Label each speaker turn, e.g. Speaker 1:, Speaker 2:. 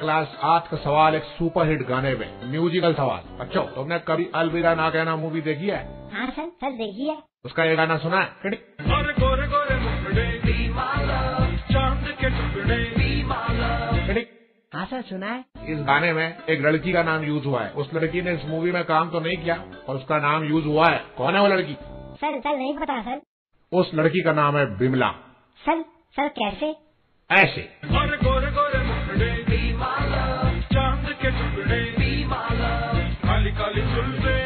Speaker 1: class आठ का सवाल एक सुपरहिट गाने में म्यूजिकल सवाल बच्चों तुमने कभी अलविदा ना कहना मूवी देखी है
Speaker 2: हाँ सर सर देखिए
Speaker 1: उसका ये गाना सुना है
Speaker 3: और गोरे गोरे मुखड़े बी चांद के टुकड़े बी
Speaker 1: क्लिक
Speaker 2: हाँ सर सुना है
Speaker 1: इस गाने में एक लड़की का नाम यूज हुआ है उस लड़की ने इस मूवी में काम तो नहीं किया और उसका नाम यूज हुआ है कौन है वो लड़की
Speaker 2: सर सर नहीं पता सर
Speaker 1: उस लड़की का नाम है बिमला
Speaker 2: सर सर कैसे
Speaker 1: ऐसे
Speaker 3: और गोरे गोरे मुखड़े बी चांद के टुकड़े बी काली काली चुलसे